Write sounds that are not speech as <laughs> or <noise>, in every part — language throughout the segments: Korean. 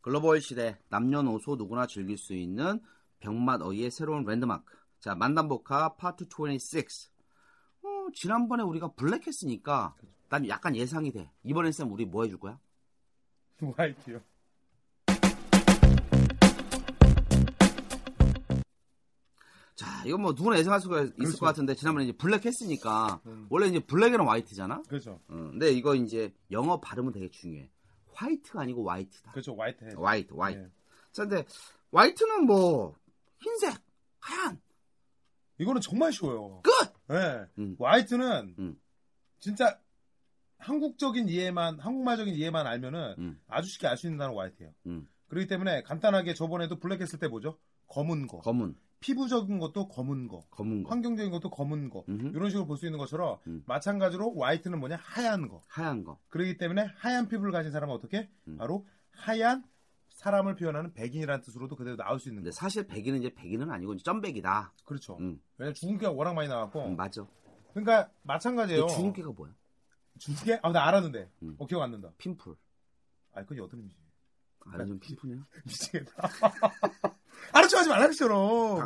글로벌 시대 남녀노소 누구나 즐길 수 있는 병맛 어이의 새로운 랜드마크. 자, 만담복화 파트 26. 어, 지난번에 우리가 블랙 했으니까 난 약간 예상이 돼. 이번엔 쌤 우리 뭐 해줄 거야? <laughs> 뭐 할게요? 자, 이건 뭐 누구나 예상할 수가 있을 그렇죠. 것 같은데 지난번에 이제 블랙 했으니까 음. 그렇죠. 원래 이제 블랙이랑 화이트잖아. 그죠? 음, 근데 이거 이제 영어 발음은 되게 중요해. 화이트가 아니고 화이트다. 그죠? 그렇죠, 화이트 헤드. 화이트, 화이트. 예. 자, 근데 화이트는 뭐 흰색, 하얀, 이거는 정말 쉬워요. 끝. 예. 음. 화이트는 음. 진짜 한국적인 이해만 한국말적인 이해만 알면은 음. 아주 쉽게 알 수 있는 단어 화이트예요. 음. 그렇기 때문에 간단하게 저번에도 블랙 했을 때 뭐죠? 검은 거. 검은, 피부적인 것도 검은 거. 검은 거, 환경적인 것도 검은 거. 음흠. 이런 식으로 볼 수 있는 것처럼 음. 마찬가지로 화이트는 뭐냐? 하얀 거. 하얀 거. 그렇기 때문에 하얀 피부를 가진 사람은 어떻게? 음. 바로 하얀 사람을 표현하는 백인이라는 뜻으로도 그대로 나올 수 있는 근데 거. 사실 백인은 이제 백인은 아니고 이제 점백이다. 그렇죠. 음, 왜냐면 주근깨가 워낙 많이 나왔고 음, 맞아. 그러니까 근데 마찬가지예요. 주근깨가 뭐야? 주근깨? 아, 나 알았는데. 음. 어, 기억 안 난다. 핀풀. 아, 그게 어떤 의미지? <laughs> 아, 요즘 핀풀이야? 미치겠다. <laughs> 알아줘 하지 말라시잖아.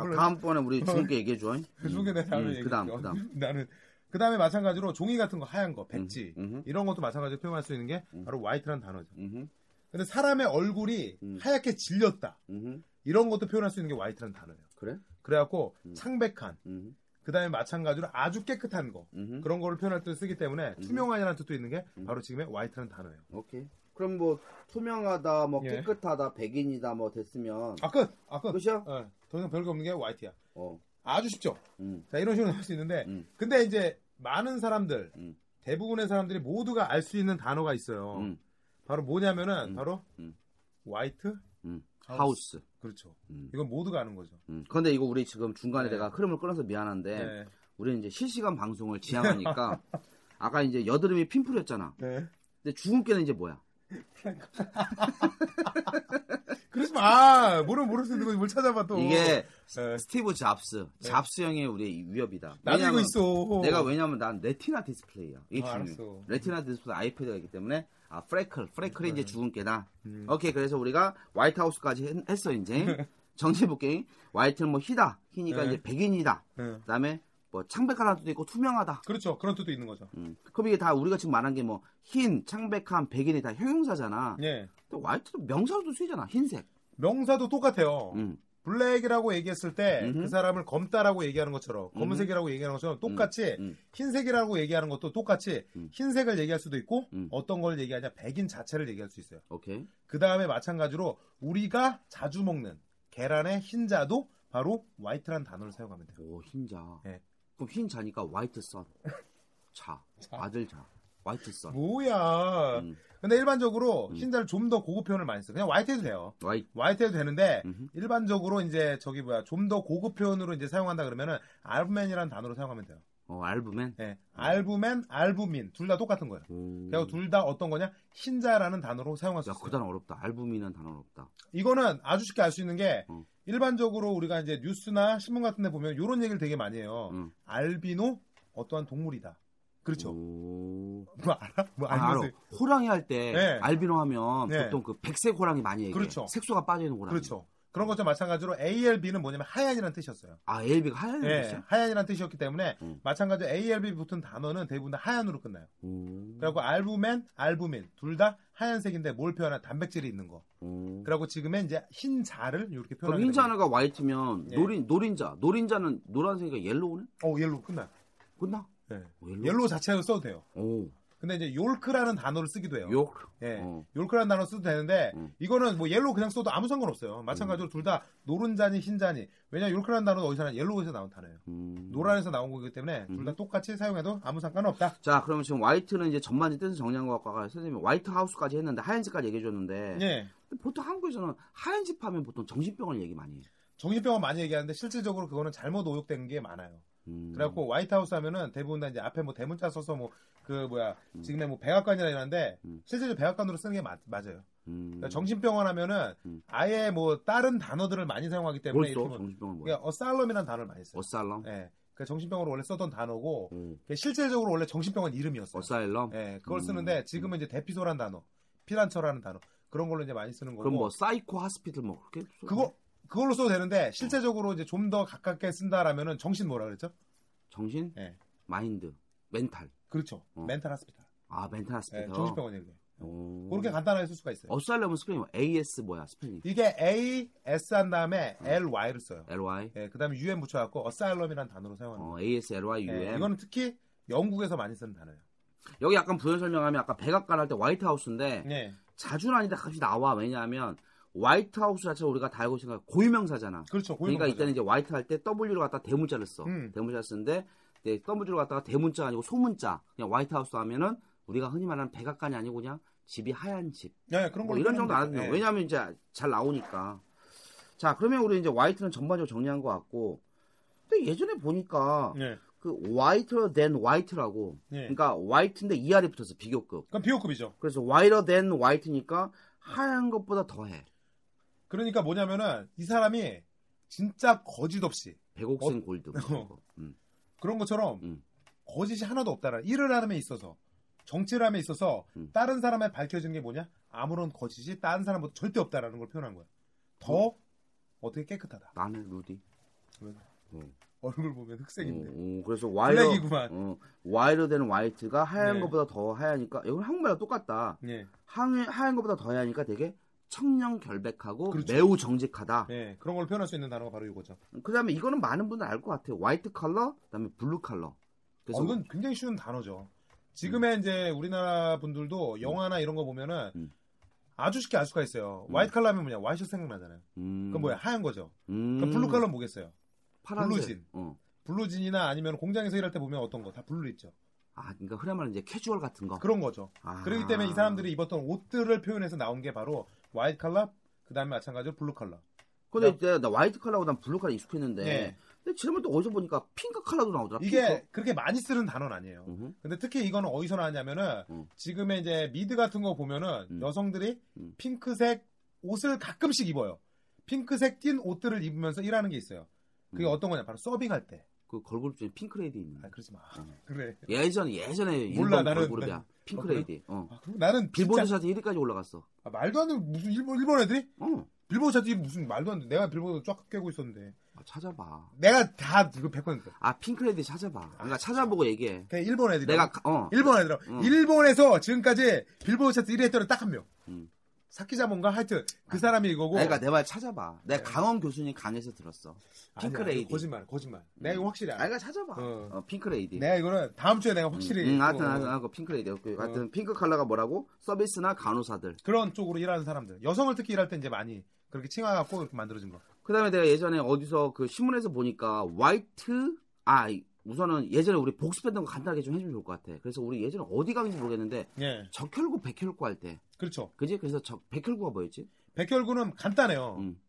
다, 다음번에 우리 주근깨 얘기해 줘. 그 중에 어. 내 다음에 얘기할게요. 그다음, 그다음. 나는 그 다음에 마찬가지로 종이 같은 거 하얀 거, 백지 음, 음, 이런 것도 마찬가지로 표현할 수 있는 게 음. 바로 화이트라는 단어죠. 음, 근데 사람의 얼굴이 음. 하얗게 질렸다 음, 이런 것도 표현할 수 있는 게 화이트라는 단어예요. 그래? 그래갖고 음. 창백한 음, 그 다음에 마찬가지로 아주 깨끗한 거 음. 그런 거를 표현할 때 쓰기 때문에 음. 투명한이라는 뜻도 있는 게 음. 바로 지금의 화이트라는 단어예요. 오케이. 그럼 뭐 투명하다, 뭐 예. 깨끗하다, 백인이다, 뭐 됐으면 아 끝! 아 끝! 끝이야? 예, 더 이상 별게 없는 게 YT야. 어, 아주 쉽죠. 음, 자, 이런 식으로 나올 수 있는데, 음. 근데 이제 많은 사람들, 음. 대부분의 사람들이 모두가 알 수 있는 단어가 있어요. 음, 바로 뭐냐면은, 음. 바로, 음. 화이트? 음. 하우스. 하우스. 그렇죠. 음, 이건 모두가 아는 거죠. 음. 근데 이거 우리 지금 중간에 네. 내가 흐름을 끊어서 미안한데 네. 우리는 이제 실시간 방송을 <laughs> 지향하니까 아까 이제 여드름이 핀풀이었잖아. 네. 근데 주근깨는 이제 뭐야? 그러지 마! 모르면 모를 수 있는 거지, 뭘 찾아봐 또. 이게 네. 스티브 잡스, 네. 잡스 형의 우리 위협이다. 나도 이거 왜냐면 있어. 내가 왜냐면 난 레티나 디스플레이야. 이게 아, 중요해. 알았어. 레티나 디스플레이 아이패드가 있기 때문에 아 프레클, 프레클이 이제 죽은 깨다. 네. 음. 오케이 그래서 우리가 화이트하우스까지 했- 했어 <laughs> 이제 정치복갱 화이트는 뭐 희다, 희니까 네. 이제 백인이다. 네. 그다음에 뭐 창백한 한도 있고 투명하다. 그렇죠. 그런 뜻도 있는 거죠. 음. 그럼 이게 다 우리가 지금 말한 게 뭐 흰, 창백한, 백인이 다 형용사잖아. 예. 근데 화이트는 명사로도 쓰이잖아. 흰색. 명사도 똑같아요. 음. 블랙이라고 얘기했을 때 그 음흠. 사람을 검다라고 얘기하는 것처럼 검은색이라고 얘기하는 것처럼 똑같이 음, 음. 흰색이라고 얘기하는 것도 똑같이 음. 흰색을 얘기할 수도 있고 음. 어떤 걸 얘기하냐 백인 자체를 얘기할 수 있어요. 오케이. 그 다음에 마찬가지로 우리가 자주 먹는 계란의 흰자도 바로 화이트란 단어를 사용하면 돼요. 오 흰자. 예. 그럼 흰 자니까 화이트 선. 자, 자. 아들 자. 화이트 선. 뭐야? 음, 근데 일반적으로 음. 흰자를 좀 더 고급 표현을 많이 써요. 그냥 화이트 해도 돼요. 화이트. 화이트 해도 되는데 음흠. 일반적으로 이제 저기 뭐야 좀 더 고급 표현으로 이제 사용한다 그러면은 알부맨이라는 단어로 사용하면 돼요. 어 알부맨. 예, 알부맨, 알부민 둘 다 똑같은 거예요. 오. 그리고 둘 다 어떤 거냐? 흰자라는 단어로 사용할 수 음. 야, 있어요. 그 단어 어렵다. 알부민이라는 단어 어렵다. 이거는 아주 쉽게 알 수 있는 게 음. 일반적으로 일반적으로 우리가 이제 뉴스나 신문 같은 데 보면 이런 얘기를 되게 많이 해요. 음. 알비노 어떠한 동물이다. 어, 그렇죠. 오. 뭐 알아? 뭐 음. 아, 알아. 알비노. 호랑이 할 때 네. 알비노 하면 네. 보통 그 백색 호랑이 많이 얘기해. 그렇죠. 색소가 빠져 있는 호랑이. 그렇죠. 그런 것과 마찬가지로 ALB는 뭐냐면 하얀이라는 뜻이었어요. 아, ALB가 하얀 예, 뜻이요? 하얀이라는 뜻이었기 때문에 음. 마찬가지로 ALB 붙은 단어는 대부분 다 하얀으로 끝나요. 음. 그리고 알부멘, 알부민 둘 다 하얀색인데 뭘 표현한 단백질이 있는 거. 음. 그리고 지금은 이제 흰자를 이렇게 그럼 표현하는 흰자나가 화이트면 예. 노린 노린자 노린자는 노란색이니까 옐로우네? 어, 옐로 끝나. 끝나? 예. 어, 옐로우. 옐로 자체로 써도 돼요. 오. 근데 이제 욜크라는 단어를 쓰기도 해요. 욕. 예. 어. 욜크라는 단어 써도 되는데 음. 이거는 뭐 옐로 그냥 써도 아무 상관없어요. 마찬가지로 둘 다 노른자니 흰자니. 왜냐 욜크라는 단어는 어디서 나 옐로우에서 나온 단어예요. 음. 노란에서 나온 거기 때문에 둘 다 똑같이 사용해도 아무 상관없다. 자, 그럼 지금 화이트는 이제 전반지 뜻을 정리한 것 같고, 아까 선생님이 화이트 하우스까지 했는데 하얀색까지 얘기해줬는데, 예. 근데 보통 한국에서는 하얀색 하면 보통 정신병을 얘기 많이 해요. 정신병원 많이 얘기하는데 실질적으로 그거는 잘못 오역된 게 많아요. 음. 그래갖고 화이트하우스 하면은 대부분 다 이제 앞에 뭐 대문자 써서 뭐 그 뭐야 지금의 뭐 백악관이라 이러는데 음. 실제로 백악관으로 쓰는 게 맞, 맞아요. 음. 그러니까 정신병원 하면은 음. 아예 뭐 다른 단어들을 많이 사용하기 뭘 때문에 이렇게 써? 뭐 정신병을 뭐? 그러니까 어살럼이라는 단어를 많이 써요. 어살럼? 예. 그러니까 정신병원으로 원래 쓰던 단어고 음. 그게 실제적으로 원래 정신병원 이름이었어요. 어사일럼? 예. 그걸 음. 쓰는데 지금은 이제 대피소란 단어, 피란처라는 단어 그런 걸로 이제 많이 쓰는 거고 그럼 뭐 사이코 하스피털 뭐 그렇게? 써? 그거 그걸로 써도 되는데 실제적으로 이제 좀 더 가깝게 쓴다라면은 정신 뭐라 그랬죠? 정신? 예. 마인드, 멘탈. 그렇죠. 어. 멘탈 하스피탈. 아, 멘탈 예, 하스피털. 정신병원 이렇게. 오. 그렇게 간단하게 쓸 수가 있어요. 어살럼은 스펠링 AS 뭐야 스펠링? 이게 A, S 한 다음에 L, Y를 써요. LY. 예, 그 다음에 UN 붙여갖고 어사일럼이라는 단어로 사용하는 거예요. 어, AS, LY, UM. 예, 이거는 특히 영국에서 많이 쓰는 단어예요. 여기 약간 부연 설명하면 아까 백악관 할 때 화이트하우스인데 예, 자주는 아니다 값이 나와. 왜냐하면 화이트하우스 자체가 우리가 다 알고 있으니까 고유명사잖아. 그렇죠. 고유명사. 그러니까 이때는 이제 화이트 할 때 W를 갖다 대문자를 써. 음. 대문자를 쓰는데 이제 W를 갖다가 대문자 아니고 소문자. 그냥 화이트하우스 하면은 우리가 흔히 말하는 백악관이 아니고 그냥 집이 하얀 집. 예, 그런 뭐 걸로 이런 표현하면 정도 안 해도 돼요. 돼요. 예. 왜냐하면 이제 잘 나오니까. 자, 그러면 우리 이제 화이트는 전반적으로 정리한 것 같고. 근데 예전에 보니까 예, 그 whiter than white라고. 예. 그러니까 그러니까 white인데 ER이 붙어서 비교급. 그건 비호급이죠. 그래서 whiter than white니까 하얀 것보다 더해. 그러니까 뭐냐면은 이 사람이 진짜 거짓 없이 백옥생 골드. 뭐 이런 <laughs> 어. 거. 음. 그런 것처럼 음. 거짓이 하나도 없다라. 일을 하는 데 있어서 정치를 함에 있어서 음. 다른 사람에 밝혀지는 게 뭐냐? 아무런 거짓이 다른 사람보다 절대 없다라는 걸 표현한 거야. 더 음. 어떻게 깨끗하다. <laughs> 나는 루디. 얼굴 보면 흑색인데. 어, 어, 그래서 whiter. 블랙이구만. 어, whiter than white가 하얀 네. 것보다 더 하얀니까 이건 한국말과 똑같다. 예. 하얀, 하얀 것보다 더 하얀니까 되게 청량 결백하고 그렇죠. 매우 정직하다. 예, 그런 걸 표현할 수 있는 단어가 바로 이거죠. 아, 그다음에 이거는 많은 분들 알 것 같아요. 화이트 컬러, 그다음에 블루 컬러. 그래서 어, 이건 굉장히 쉬운 단어죠. 지금의 이제 우리나라 분들도 영화나 이런 거 보면은 음. 아주 쉽게 알 수가 있어요. 음. 화이트 칼라면 뭐냐? 화이트 생각나잖아요. 음, 그건 뭐야? 그러니까 하얀 거죠. 음, 그럼 블루 칼라는 뭐겠어요? 파란색. 블루진. 어. 블루진이나 아니면 공장에서 일할 때 보면 어떤 거 다 블루 입죠. 아, 그러니까 흔히 말하는 이제 캐주얼 같은 거. 그런 거죠. 아. 그렇기 때문에 이 사람들이 입었던 옷들을 표현해서 나온 게 바로 화이트 칼라, 그 다음에 마찬가지로 블루 칼라. 근데 이제 나 화이트 컬러보단 블루 컬러 익숙했는데. 네. 근데 지난번 또 어디서 보니까 핑크 컬러도 나오더라. 이게 그렇게 많이 쓰는 단어는 아니에요. 핑크. 음흠. 근데 특히 이거는 어디서 나왔냐면은 음. 지금의 이제 미드 같은 거 보면은 음. 여성들이 음. 핑크색 옷을 가끔씩 입어요. 핑크색 띤 옷들을 입으면서 일하는 게 있어요. 그게 음. 어떤 거냐? 바로 서빙할 때. 그 걸그룹 중에 핑크레이디 있는. 아 그러지 마. 음. <laughs> 그래. 예전 예전에 몰라, 일본 나는- 걸그룹이야. 난- 핑크레이디. 어. 아, 그럼 나는 빌보드 진짜- 차트 1위까지 올라갔어. 아, 말도 안 되는 무슨 일본 일본 애들이 어. 빌보드 차트 무슨 말도 안 돼. 내가 빌보드 쫙 깨고 있었는데. 아, 찾아봐. 내가 다 이거 100%. 아 핑크레이디 찾아봐. 그러니까 찾아보고 얘기해. 그냥 일본 애들이. 내가 가- 어. 일본 애들. 음. 일본에서 지금까지 빌보드 차트 1위 했던 딱 한 명. 음. 사키자몬가 하여튼 그 사람이 이거고. 네. 내가 내 말 찾아봐. 내가 강원 교수님 강에서 들었어. 아니야, 핑크레이디. 거짓말, 거짓말. 내가 이거 확실히 알아. 아, 이거 찾아봐. 어. 어, 핑크레이디. 내가 이거는 다음 주에 내가 확실히 음, 음, 하여튼, 어, 하여튼, 하여튼 핑크레이디. 그, 하여튼, 핑크 컬러가 뭐라고? 서비스나 간호사들. 그런 쪽으로 일하는 사람들. 여성을 특히 일할 때 이제 많이 그렇게 칭하갖고 이렇게 만들어진 거. 그 다음에 내가 예전에 어디서 그 신문에서 보니까, 화이트, 아, 이- 우선은 예전에 우리 복습했던 거 간단하게 좀 해주면 좋을 것 같아. 그래서 우리 예전에 어디 가는지 모르겠는데, 예, 적혈구, 백혈구 할 때. 그렇죠. 그지? 그래서 적, 백혈구가 뭐였지? 백혈구는 간단해요. 음.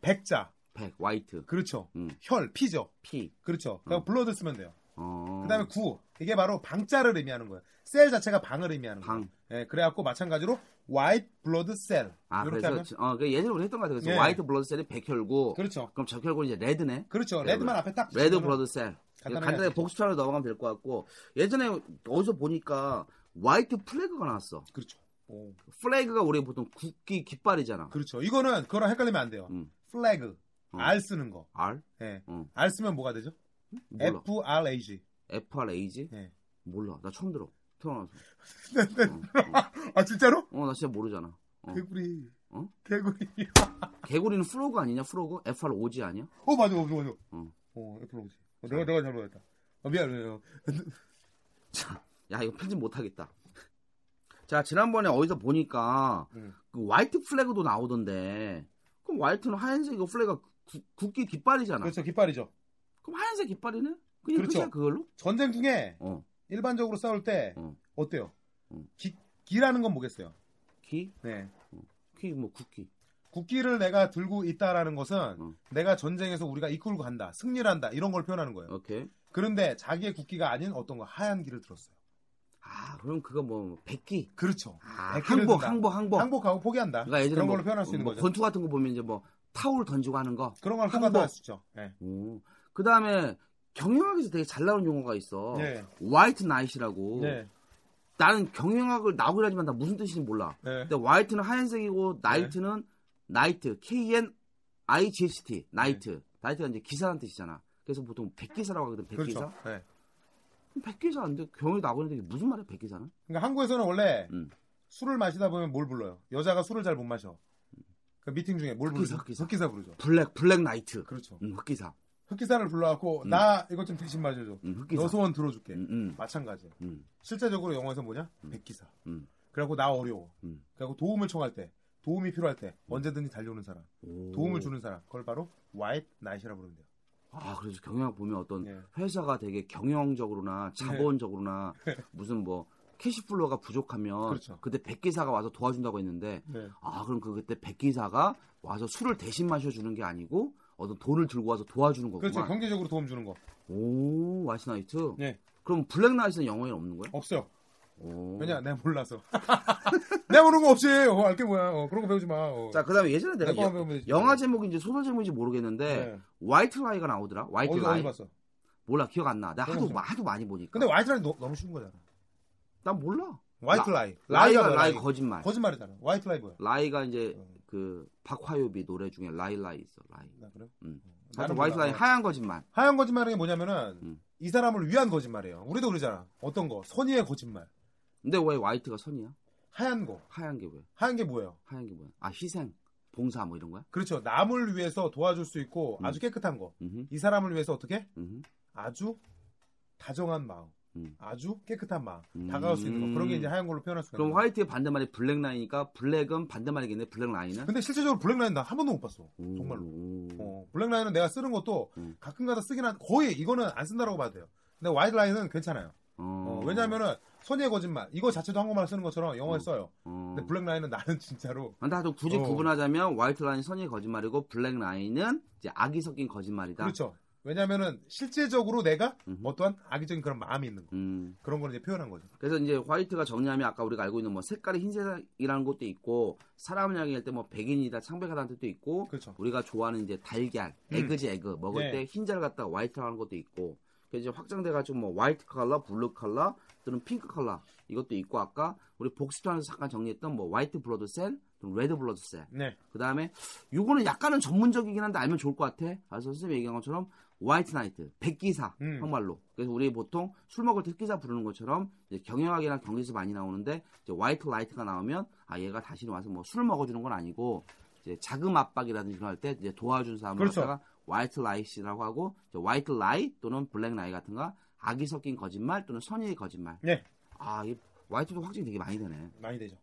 백자, 백, 화이트, 그렇죠. 음. 혈, 피죠. 피. 그렇죠. 음. 그러니까 블러드 쓰면 돼요. 어. 그다음에 구 이게 바로 방자를 의미하는 거예요. 셀 자체가 방을 의미하는 거예요. 방. 예, 그래갖고 마찬가지로 white blood cell 아, 이렇게 그래서, 하면 어, 그 예전에 우리 했던 거 같아. 그래서 예. 화이트 블러드셀이 백혈구. 그렇죠. 그럼 적혈구는 이제 레드네. 그렇죠. 네, 레드만 앞에 딱 레드 붙이면은 브러드셀. 간단하게 간단하게 하죠. 복수차로 넘어가면 될 것 같고 예전에 어디서 보니까 화이트 플래그가 나왔어. 그렇죠. 오. 플래그가 우리 보통 국기 깃발이잖아. 그렇죠. 이거는 그거랑 헷갈리면 안 돼요. 음. 플래그 어. R 쓰는 거. R? 예. 어. R 쓰면 뭐가 되죠? 몰라. F R A G. F... r a g 예. 몰라. 나 처음 들어. 태어나서. 아 진짜로? 어, 나 진짜 모르잖아. 어. 개구리. 어? 개구리. 개구리는 프로그 아니냐? 프로그? FR5G 아니야? 어 맞아 맞아 맞아. 어. 어 애플 오지. 어, 내가 내가 잘못했다. 어, 미안 미안. 야, 이거 편집 못하겠다. 자, 지난번에 어디서 보니까 음. 그 화이트 플래그도 나오던데. 그럼 화이트는 하얀색 플래그가 구- 국기 깃발이잖아. 그렇죠 깃발이죠. 그럼 하얀색 깃발이네? 그냥 그렇죠. 그냥 그걸로? 전쟁 중에 어. 일반적으로 싸울 때 어. 어때요? 어. 기, 기라는 건 뭐겠어요? 기? 네. 기, 뭐, 국기. 국기를 내가 들고 있다라는 것은 어. 내가 전쟁에서 우리가 이끌고 간다, 승리를 한다 이런 걸 표현하는 거예요. 오케이. 그런데 자기의 국기가 아닌 어떤 거 하얀 기를 들었어요. 아, 그럼 그거 뭐, 백기. 그렇죠. 아, 백기를 항복, 든다. 항복, 항복. 항복하고 뭐, 포기한다. 그러니까 예전에 그런 뭐, 걸로 표현할 수 있는 뭐 거죠. 권투 같은 거 보면 이제 뭐, 타올 던지고 하는 거. 그런 걸 항복. 항복도 할수 있죠. 예. 오. 그 다음에 경영학에서 되게 잘 나오는 용어가 있어. 예. 화이트 나잇이라고. 예. 나는 경영학을 나오긴 하지만 나 무슨 뜻인지 몰라. 예. 근데 화이트는 하얀색이고 나이트는 나이트, K-N-I-G-H-T, 나이트. 나이트가 이제 기사라는 뜻이잖아. 그래서 보통 백기사라고 하거든, 백기사. 네. 그렇죠. 예. 그럼 백기사 안 돼. 경영이 나오는데 이게 무슨 말이야, 백기사는? 그러니까 한국에서는 원래 음. 술을 마시다 보면 뭘 불러요? 여자가 술을 잘 못 마셔. 그 미팅 중에 뭘 흑기사, 부르죠? 흑기사. 흑기사 부르죠. 블랙, 블랙 나이트. 그렇죠. 음, 흑기사. 흑기사를 불러갖고 음. 나 이것 좀 대신 마셔줘. 음, 흑기사. 너 소원 들어줄게. 음, 음, 마찬가지예요. 음. 실제적으로 영어에서 뭐냐? 백기사. 음. 그래갖고 나 어려워. 음. 그래갖고 도움을 청할 때, 도움이 필요할 때 언제든지 달려오는 사람, 오. 도움을 주는 사람. 그걸 바로 white knight이라 부르는데요. 아, 그래서 경영학 보면 어떤 예. 회사가 되게 경영적으로나 자본적으로나 무슨 뭐 캐시플로가 부족하면 네. 그렇죠. 그때 백기사가 와서 도와준다고 했는데 네. 아 그럼 그 그때 백기사가 와서 술을 대신 마셔주는 게 아니고 어떤 돈을 들고 와서 도와주는 거구만. 그렇죠. 경제적으로 도움 주는 거. 오 와이스나이트. 네. 그럼 블랙나이트는 영어에는 없는 거예요? 없어요. 오. 왜냐? 내가 몰라서. <laughs> 내가 모르는 거 없이. 어, 알게 뭐야. 어, 그런 거 배우지 마. 어. 자 그다음에 예전에 내 내가 거만 여- 배우면 되지. 영화 제목인지 소설 제목인지 모르겠는데 네. 화이트 라이가 나오더라. 화이트 어디, 라이. 어디 봤어? 몰라 기억 안 나. 나 그런 하도 거죠. 마- 하도 많이 보니까. 근데 화이트 라이 너, 너무 쉬운 거잖아. 난 몰라. 화이트 라- 라이. 라이가 뭐야, 라이 거짓말. 거짓말이잖아. 화이트 라이 뭐야? 라이가 이제 어. 그 박화요비 노래 중에 라이 라이 있어 라이. 나 그래? 음. 나는 하여튼 화이트 몰라. 어. 라이 하얀 거짓말. 하얀 거짓말이 뭐냐면은 음. 이 사람을 위한 거짓말이에요. 우리도 그러잖아. 어떤 거? 선의의 거짓말. 근데 왜 화이트가 선이야? 하얀 거. 하얀 게 왜? 하얀 게 뭐예요? 하얀 게 뭐야? 아 희생, 봉사 뭐 이런 거야? 그렇죠. 남을 위해서 도와줄 수 있고 음. 아주 깨끗한 거. 음흠, 이 사람을 위해서 어떻게? 음흠. 아주 다정한 마음. 음. 아주 깨끗한 마음. 음. 다가갈 수 있는 거. 그런 게 이제 하얀 걸로 표현할 수가 그럼 있는 거. 화이트의 반대말이 블랙 라인이니까 블랙은 반대말이겠네. 블랙 라인은 근데 실제적으로 블랙라인 나 한 번도 못 봤어. 오, 정말로. 오. 어, 블랙라인은 내가 쓰는 것도 음. 가끔가다 쓰긴 한 거의 이거는 안 쓴다라고 봐도 돼요. 근데 와이드 라인은 괜찮아요. 어, 어. 왜냐면은 선의의 거짓말 이거 자체도 한국말 쓰는 것처럼 영어에 어. 써요. 어. 근데 블랙 라인은 나는 진짜로 근데 하여튼 굳이 어. 구분하자면 화이트 라인 선의 거짓말이고 블랙 라인은 이제 악이 섞인 거짓말이다. 그렇죠. 왜냐면은 실제적으로 내가 음흠. 어떠한 악의적인 그런 마음이 있는 거 음. 그런 걸 이제 표현한 거죠. 그래서 이제 화이트가 정리하면 아까 우리가 알고 있는 뭐 색깔이 흰색이라는 것도 있고 사람을 향할 때 뭐 백인이다 창백하다는 뜻도 있고 그렇죠. 우리가 좋아하는 이제 달걀 음. 에그지 에그 먹을 네. 때 흰자를 갖다가 화이트로 하는 것도 있고 그래서 이제 확장돼가지고 뭐 화이트 컬러, 블루 컬러 또는 핑크 컬러 이것도 있고 아까 우리 복수단에서 잠깐 정리했던 뭐 화이트 블러드 셀, 또는 레드 블러드 셀 네, 그 다음에 요거는 약간은 전문적이긴 한데 알면 좋을 것 같아. 그래서 선생님이 얘기한 것처럼 화이트 나이트, 백기사 음. 한말로. 그래서 우리 보통 술 먹을 때 흑기사 부르는 것처럼 이제 경영학이나 경기에서 많이 나오는데 이제 화이트 라이트가 나오면 아 얘가 다시는 와서 뭐 술을 먹어주는 건 아니고 이제 자금 압박이라든지 그런 할때 이제 도와준 사람을 그렇죠. 갖다가 화이트 라이시라고 하고 이제 화이트 라이 또는 블랙 라이 같은 거 악이 섞인 거짓말 또는 선의의 거짓말. 네. 아, 이 화이트도 확진이 되게 많이 되네. 많이 되죠.